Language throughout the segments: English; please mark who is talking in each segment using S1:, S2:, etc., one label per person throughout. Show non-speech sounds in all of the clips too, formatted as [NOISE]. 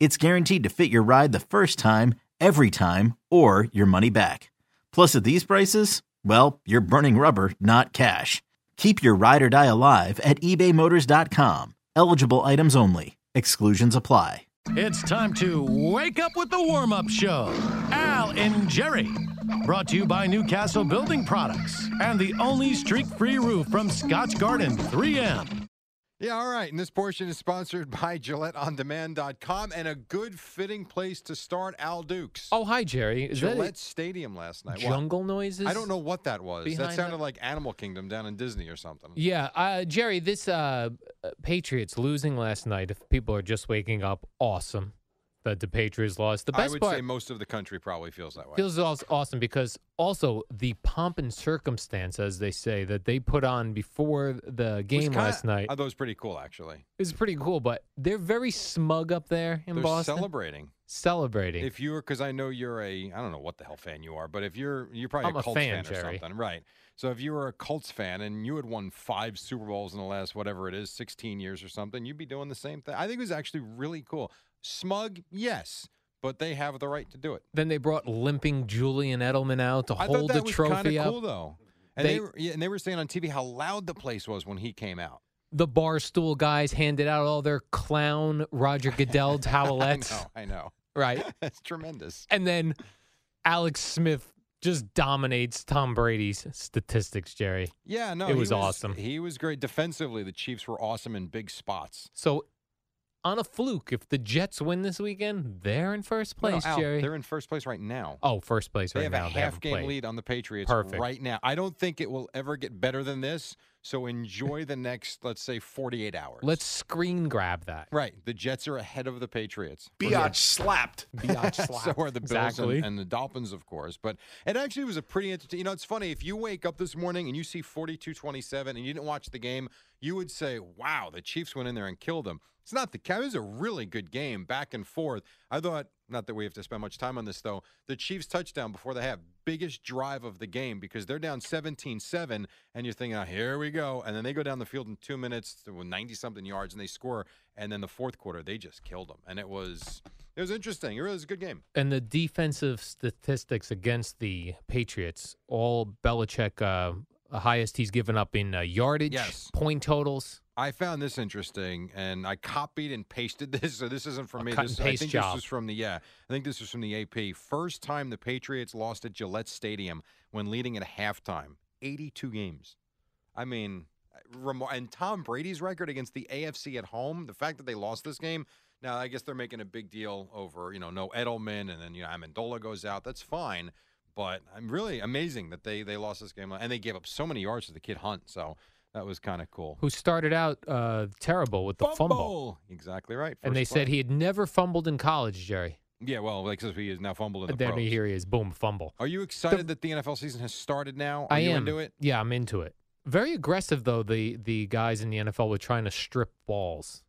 S1: it's guaranteed to fit your ride the first time, every time, or your money back. Plus, at these prices, well, you're burning rubber, not cash. Keep your ride or die alive at ebaymotors.com. Eligible items only. Exclusions apply.
S2: It's time to wake up with the warm up show. Al and Jerry. Brought to you by Newcastle Building Products and the only streak free roof from Scotch Garden 3M.
S3: Yeah, all right. And this portion is sponsored [LAUGHS] by GilletteOnDemand.com and a good fitting place to start Al Dukes.
S4: Oh, hi, Jerry. Is
S3: Gillette
S4: that
S3: Stadium last
S4: it?
S3: night. What?
S4: jungle noises?
S3: I don't know what that was. That
S4: behind
S3: sounded
S4: that?
S3: like Animal Kingdom down in Disney or something.
S4: Yeah, uh, Jerry, this uh, Patriots losing last night, if people are just waking up, awesome that the Patriots lost. The
S3: I
S4: best
S3: would
S4: part
S3: say most of the country probably feels that way.
S4: feels als- awesome because also the pomp and circumstance, as they say, that they put on before the
S3: Was
S4: game
S3: kinda-
S4: last night
S3: I thought it was pretty cool, actually.
S4: is pretty cool, but they're very smug up there in
S3: They're
S4: Boston.
S3: celebrating.
S4: celebrating.
S3: If you're, because I know you're a, I don't know what the hell fan you are, but if you're, you're probably
S4: I'm
S3: a
S4: a
S3: Colts
S4: fan,
S3: or
S4: Jerry.
S3: something, right? So if you were a Colts fan and you had won five Super Bowls in the last whatever it is, 16 years or something, you'd be doing the same thing. I think it was actually really cool. Smug, yes, but they have the right to do it.
S4: then they brought limping Julian Edelman out to
S3: I
S4: hold
S3: thought that
S4: the
S3: was kind
S4: trophy
S3: of
S4: up.
S3: cool though. And they,
S4: They-
S3: were, yeah, and they were saying on TV how loud the place was when he came out. [LAUGHS]
S4: the barstool guys handed out all their clown Roger
S3: [LAUGHS]
S4: Goodell towelettes,
S3: I know, I know. [LAUGHS]
S4: right?
S3: That's tremendous.
S4: And then Alex Smith just dominates Tom Brady's statistics, Jerry.
S3: Yeah, no,
S4: It
S3: he
S4: was awesome.
S3: He was great defensively. The Chiefs were awesome in big spots.
S4: So, on a fluke, if the Jets win this weekend, they're in first
S3: No, no,
S4: place,
S3: Al,
S4: Jerry.
S3: They're in first place right now.
S4: oh, first place
S3: they
S4: right
S3: have
S4: now.
S3: a
S4: they
S3: half
S4: haven't
S3: game
S4: played.
S3: lead on the Patriots
S4: Perfect.
S3: right now. I don't think it will ever get better than this. So enjoy the next, let's say, 48 hours.
S4: Let's screen grab that.
S3: Right. The Jets are ahead of the Patriots.
S5: Biatch slapped.
S4: Biatch
S3: [LAUGHS] so
S4: slap.
S3: are the Bills and-
S4: exactly.
S3: and, the Dolphins, of course. But it actually was a pretty entertaining. You know, it's funny. If you wake up this morning and you see 42 27 and you didn't watch the game, you would say, wow, the Chiefs went in there and killed them. It's not the Cavs. It was a really good game back and forth. I thought, not that we have to spend much time on this, though, the Chiefs touchdown before they have biggest drive of the game because they're down 17 7, and you're thinking, oh, here we go. And then they go down the field in two minutes, 90 something yards, and they score. And then the fourth quarter, they just killed them. And it was. It was interesting. It really was a good game.
S4: And the defensive statistics against the Patriots, all Belichick, uh, highest he's given up in uh, yardage,
S3: Yes.
S4: point totals.
S3: I found this interesting, and I copied and pasted [LAUGHS] this. So this isn't from
S4: A
S3: me.
S4: cut
S3: This,
S4: and
S3: I
S4: paste
S3: think
S4: job.
S3: this was from the yeah. I think this was from the AP. First time the Patriots lost at Gillette Stadium when leading at halftime. Eighty-two games. I mean, remo- and Tom Brady's record against the AFC at home. The fact that they lost this game. Now I guess they're making a big deal over you know no Edelman, and then you know Amendola goes out. That's fine. But I'm really amazing that they they lost this game and they gave up so many yards to the kid Hunt. So that was kind of cool
S4: who started out uh, terrible with the fumble.
S3: Exactly right.
S4: And they
S3: First
S4: said
S3: play.
S4: he had never fumbled in college, Jerry.
S3: Yeah, well, like because he is now fumbled in
S4: And
S3: the
S4: then
S3: pros.
S4: here he is, boom, fumble.
S3: Are you excited that the NFL season has started now? Are
S4: I
S3: you
S4: am
S3: into it?
S4: Yeah, I'm into it. Very aggressive though. The the guys in the NFL were trying to strip balls.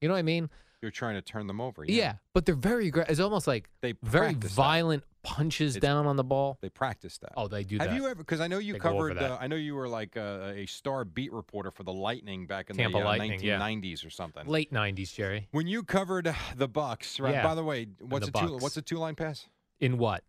S4: You know what I mean?
S3: You're trying to turn them over.
S4: Yeah, but they're very aggressive. It's almost like
S3: They
S4: very
S3: practice that.
S4: violent punches
S3: It's-
S4: down on the ball.
S3: They practice that.
S4: Oh, they do
S3: Have
S4: that.
S3: you ever? Because I know you
S4: They go over
S3: covered.
S4: that.
S3: Uh, I know you were like uh, a star beat reporter for the Lightning back in
S4: Tampa
S3: the uh,
S4: Lightning, yeah.
S3: 1990s or something.
S4: Late '90s, Jerry.
S3: When you covered uh, the Bucks, right?
S4: Yeah.
S3: By the way, what's
S4: the
S3: a two?
S4: Bucks.
S3: What's a two-line
S4: [LAUGHS]
S3: pass? [LAUGHS]
S4: In what?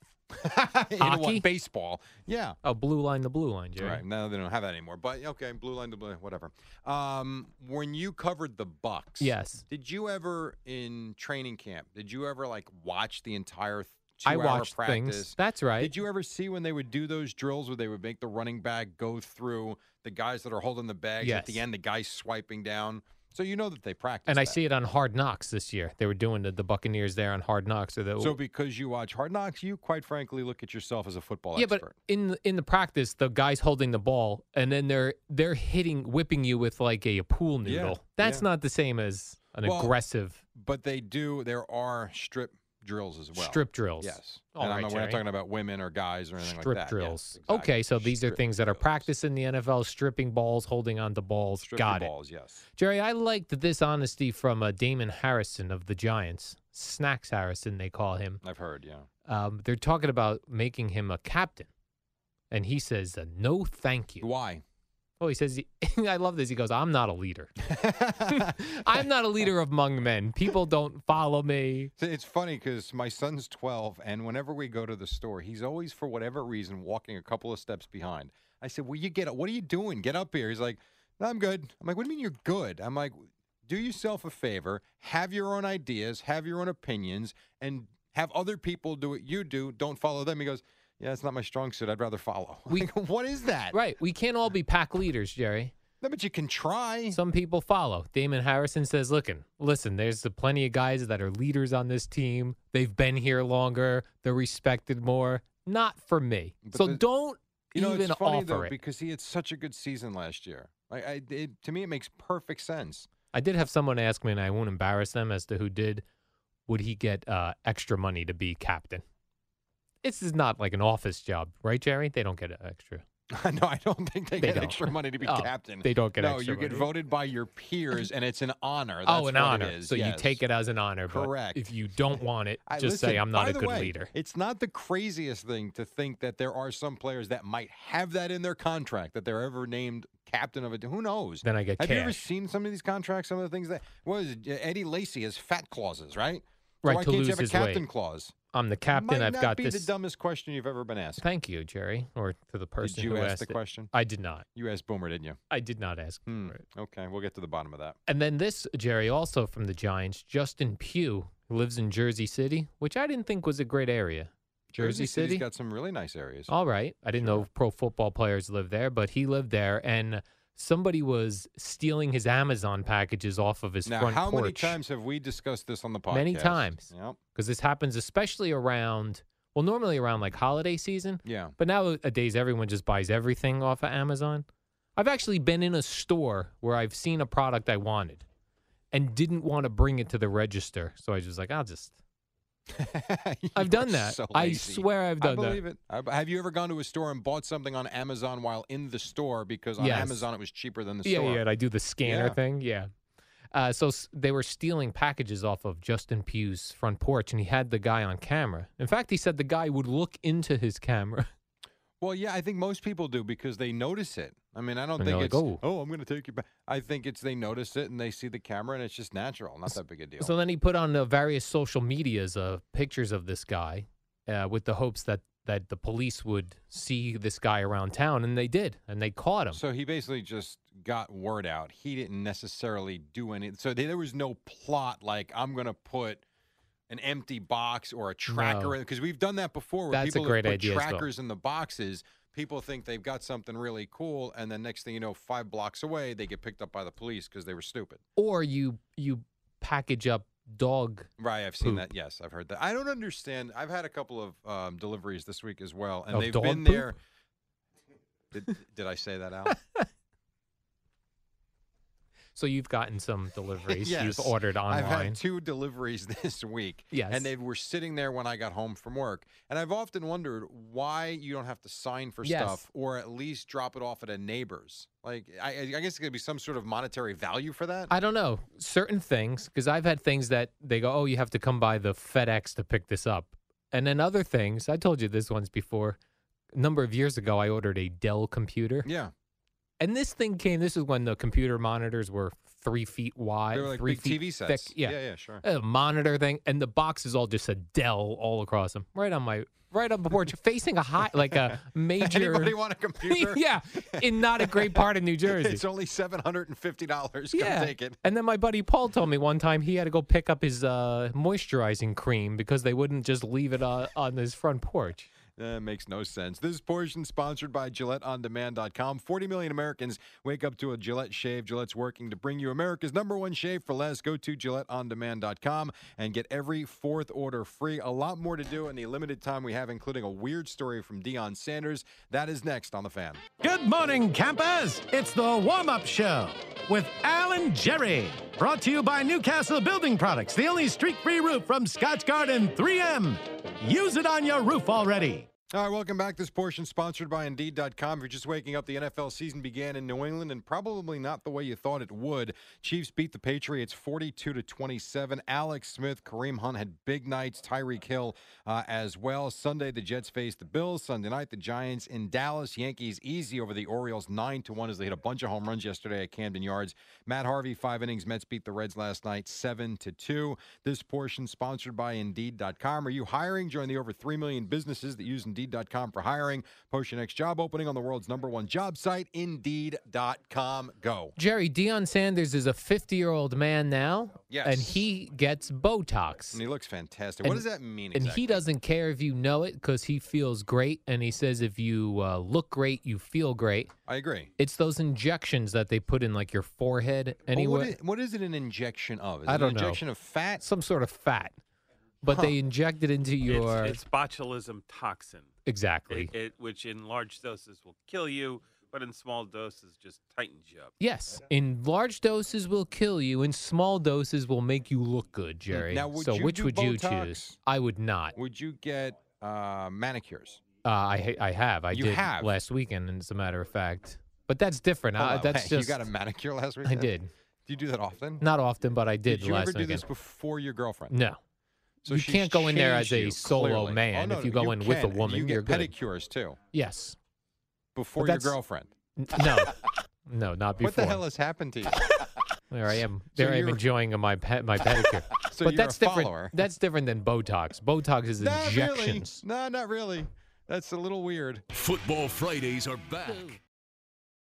S3: In what?
S4: Hockey?
S3: Baseball. Yeah.
S4: Oh, blue line, the blue line, Jerry.
S3: Right now they don't have that anymore. But okay, blue line to blue, whatever. Um, when you covered the Bucks,
S4: Yes.
S3: Did you ever in training camp? Did you ever like watch the entire
S4: I
S3: two-hour
S4: watched
S3: practice.
S4: things. That's right.
S3: Did you ever see when they would do those drills where they would make the running back go through the guys that are holding the bags at the
S4: Yes.
S3: end, the guy swiping down? So you know that they practice.
S4: and I
S3: that.
S4: see it on Hard Knocks this year. They were doing the, the Buccaneers there on Hard Knocks. Or the,
S3: So because you watch Hard Knocks, you quite frankly look at yourself as a football
S4: yeah,
S3: expert.
S4: but in in the practice, the guy's holding the ball, and then they're they're hitting, whipping you with like a pool
S3: Yeah,
S4: noodle. That's
S3: yeah.
S4: not the same as an
S3: Well,
S4: aggressive
S3: But they do. There are strip drills as well.
S4: strip drills.
S3: Yes.
S4: All
S3: and I'm
S4: right,
S3: not, we're not
S4: Terry.
S3: talking about women or guys or anything
S4: strip
S3: like that. Yes,
S4: drills.
S3: exactly.
S4: Okay, so these are
S3: Strip
S4: things that are
S3: drills.
S4: practiced in the NFL: stripping balls, holding on to balls.
S3: Strip
S4: Got
S3: the
S4: it,
S3: balls. Yes.
S4: Jerry. I liked this honesty from uh, Damon Harrison of the Giants. Snacks Harrison, they call him.
S3: I've heard. Yeah.
S4: Um, they're talking about making him a captain, and he says, uh, "No, thank you."
S3: Why? [LAUGHS]
S4: Oh, he says, [LAUGHS] "I love this." He goes, "I'm not a leader. I'm not a leader among men. People don't follow me."
S3: So It's funny because my son's 12, and whenever we go to the store, he's always, for whatever reason, walking a couple of steps behind. I said, Well, you get up. What are you doing? Get up here. He's like, No, I'm good. I'm like, What do you mean you're good? I'm like, Do yourself a favor, have your own ideas, have your own opinions, and have other people do what you do. Don't follow them. He goes, Yeah, it's not my strong suit. I'd rather follow. [LAUGHS]
S4: We-
S3: Like, what is that?
S4: Right? We can't all be pack leaders, Jerry.
S3: No, but you can try.
S4: Some people follow. Damon Harrison says, "Looking, listen. There's the plenty of guys that are leaders on this team. They've been here longer. They're respected more. Not for me.
S3: But
S4: so
S3: the-
S4: don't
S3: You know,
S4: even
S3: it's funny
S4: offer
S3: though
S4: it."
S3: because he had such a good season last year. Like, I, it, to me, it makes perfect sense. [LAUGHS]
S4: I did have someone ask me, and I won't embarrass them as to who did. Would he get uh, extra money to be captain? This is not like an office job, right, Jerry? They don't get extra.
S3: no, I don't think they,
S4: They
S3: get
S4: don't.
S3: extra money to be
S4: Oh,
S3: captain.
S4: they don't get
S3: no,
S4: extra
S3: you get
S4: money.
S3: voted by your peers, and it's an honor. That's
S4: oh,
S3: what
S4: an honor.
S3: It is.
S4: So you take it as an honor. but
S3: Correct.
S4: if you don't want it,
S3: [LAUGHS] I,
S4: just say
S3: listen,
S4: I'm not
S3: by
S4: a
S3: the
S4: good
S3: way,
S4: leader.
S3: It's not the craziest thing to think that there are some players that might have that in their contract that they're ever named captain of a. Who knows?
S4: Then I get
S3: Have you ever
S4: cash.
S3: seen some of these contracts? Some of the things that what is it? Eddie Lacy has fat clauses, right? So
S4: Right,
S3: Why
S4: to
S3: can't
S4: lose
S3: you have a
S4: his
S3: captain
S4: weight.
S3: clause?
S4: I'm the captain.
S3: might
S4: I've
S3: not
S4: got
S3: be
S4: this.
S3: the dumbest question you've ever been asked.
S4: Thank you, Jerry, or to the person
S3: you
S4: who
S3: ask
S4: asked
S3: the
S4: it.
S3: question?
S4: I did not.
S3: You asked Boomer, didn't you?
S4: I did not ask.
S3: Hmm.
S4: for it.
S3: Okay, we'll get to the bottom of that.
S4: And then this Jerry, also from the Giants, Justin Pugh who lives in Jersey City, which I didn't think was a great area. Jersey City?
S3: has got some really nice areas.
S4: All right, I didn't know pro football players lived there, but he lived there, and somebody was stealing his Amazon packages off of his
S3: now,
S4: front
S3: how
S4: porch.
S3: many times have we discussed this on the podcast?
S4: Many times.
S3: Yep.
S4: Because this happens especially around, well, normally around like holiday season,
S3: Yeah. [LAUGHS]
S4: But nowadays, everyone just buys everything off of Amazon. I've actually been in a store where I've seen a product I wanted and didn't want to bring it to the register. So I was just like, I'll just.
S3: You
S4: [LAUGHS] I've done
S3: are
S4: that.
S3: so
S4: I
S3: lazy.
S4: swear I've done
S3: I
S4: that.
S3: believe it. I- have you ever gone to a store and bought something on Amazon while in the store because on
S4: Yes.
S3: Amazon it was cheaper than the
S4: yeah,
S3: store?
S4: yeah. And I do the scanner
S3: Yeah.
S4: thing. Yeah. Uh, so s- they were stealing packages off of Justin Pugh's front porch, and he had the guy on camera. In fact, he said the guy would look into his camera.
S3: Well, yeah, I think most people do because they notice it. I mean, I don't
S4: And
S3: think
S4: they're
S3: it's,
S4: like,
S3: oh,
S4: "Oh."
S3: I'm going to take you back. I think it's they notice it and they see the camera and it's just natural. Not that big a deal.
S4: So then he put on the various social medias uh, pictures of this guy uh, with the hopes that, that the police would see this guy around town, and they did, and they caught him.
S3: So he basically just got word out. He didn't necessarily do any. So there there was no plot like I'm going to put an empty box or a tracker
S4: No.
S3: in because we've done that before. Where
S4: That's a
S3: people have
S4: great
S3: put
S4: idea as well.
S3: Trackers in the boxes. People think they've got something really cool, and then next thing you know, five blocks away, they get picked up by the police because they were stupid.
S4: Or you you package up dog.
S3: Right, I've seen
S4: Poop.
S3: that. Yes, I've heard that. I don't understand. I've had a couple of um, deliveries this week as well, and
S4: Of
S3: they've
S4: dog
S3: been
S4: poop?
S3: there. Did, did I say that out?
S4: So you've
S3: [LAUGHS]
S4: gotten some deliveries
S3: Yes.
S4: you've ordered online.
S3: I've had two deliveries [LAUGHS] this week.
S4: Yes.
S3: And they were sitting there when I got home from work. And I've often wondered why you don't have to sign for
S4: Yes.
S3: stuff or at least drop it off at a neighbor's. Like, I, I guess it's going to be some sort of monetary value for that.
S4: I don't know certain things because I've had things that they go, oh, you have to come by the FedEx to pick this up, and then other things. I told you this once before. A number of years ago, I ordered a Dell computer.
S3: yeah.
S4: And this thing came. This is when the computer monitors were three feet wide,
S3: They were like
S4: three
S3: big
S4: feet
S3: TV
S4: thick.
S3: sets.
S4: Yeah,
S3: yeah, sure.
S4: [LAUGHS] a monitor thing, and the boxes all just said Dell all across them, right on my right on
S3: [LAUGHS]
S4: the porch, facing a high like a major.
S3: Anybody want a
S4: [LAUGHS]
S3: computer?
S4: yeah, in not a great part of New
S3: [LAUGHS]
S4: Jersey.
S3: It's only seven hundred and fifty dollars. Come
S4: yeah.
S3: take it.
S4: And then my buddy Paul told me one time he had to go pick up his uh, moisturizing cream because they wouldn't just leave it on, on his front porch.
S3: That Eh, makes no sense. This portion sponsored by GilletteOnDemand.com. 40 million Americans wake up to a Gillette shave. Gillette's working to bring you America's number one shave for less. Go to GilletteOnDemand.com and get every fourth order free. A lot more to do in the limited time we have, including a weird story from Dion Sanders. That is next on The Fan.
S2: Good morning, campus. It's the warm up show with Alan Jerry. Brought to you by Newcastle Building Products, the only streak free roof from Scotch Garden 3M. Use it on your roof already.
S3: All right, welcome back. This portion sponsored by Indeed.com. If you're just waking up, the NFL season began in New England, and probably not the way you thought it would. Chiefs beat the Patriots 42 to 27. Alex Smith, Kareem Hunt had big nights. Tyreek Hill uh, as well. Sunday, the Jets faced the Bills. Sunday night, the Giants in Dallas. Yankees easy over the Orioles 9 to 1 as they hit a bunch of home runs yesterday at Camden Yards. Matt Harvey five innings. Mets beat the Reds last night seven to two. This portion sponsored by Indeed.com. Are you hiring? Join the over three million businesses that use Indeed.com for hiring. Post your next job opening on the world's number one job site, Indeed.com. Go.
S4: Jerry, Deion Sanders is a 50 year old man now,
S3: Yes.
S4: and he gets Botox.
S3: And he looks fantastic. what
S4: And-
S3: does that mean?
S4: And
S3: exactly?
S4: he doesn't care if you know it because he feels great. And he says if you uh, look great, you feel great.
S3: I agree.
S4: It's those injections that they put in like your forehead
S3: But what,
S4: anyway.
S3: is, what is it an injection of? Is
S4: I
S3: it
S4: don't
S3: an
S4: know.
S3: injection of fat?
S4: Some sort of fat. But they inject it into your
S5: It's, it's botulism toxin,
S4: exactly.
S5: it, it, which in large doses will kill you, but in small doses just tightens you up.
S4: Yes, in large doses will kill you, in small doses will make you look good, Jerry.
S3: Now, would
S4: so
S3: you
S4: which
S3: do
S4: would you
S3: Botox?
S4: choose? I would not.
S3: Would you get uh, manicures?
S4: Uh, I ha- I have. I
S3: You
S4: did
S3: have?
S4: last weekend, as a matter of fact. But that's different. I,
S3: Hold on,
S4: that's
S3: wait, [LAUGHS]
S4: just
S3: you got a manicure last week.
S4: I did.
S3: Do you do that often?
S4: Not often, but I did,
S3: you
S4: last
S3: ever do
S4: weekend.
S3: this before your girlfriend?
S4: no.
S3: So
S4: You
S3: she
S4: can't go in there as
S3: changed
S4: a
S3: you,
S4: solo
S3: clearly.
S4: man.
S3: Oh, no,
S4: If you go in with a
S3: can, and
S4: woman,
S3: you get
S4: you're good.
S3: pedicures too
S4: Yes.
S3: before your
S4: that's-
S3: girlfriend. [LAUGHS]
S4: N- No. no, not before.
S3: What the hell has happened to you?
S4: There I am.
S3: So
S4: There I am
S3: you're-
S4: enjoying my
S3: [LAUGHS]
S4: pet my pedicure.
S3: So
S4: but
S3: you're
S4: that's
S3: a
S4: different.
S3: follower.
S4: That's different than Botox. Botox is
S3: not really.
S4: injections.
S3: No, not really. That's a little weird.
S6: Football Fridays are back.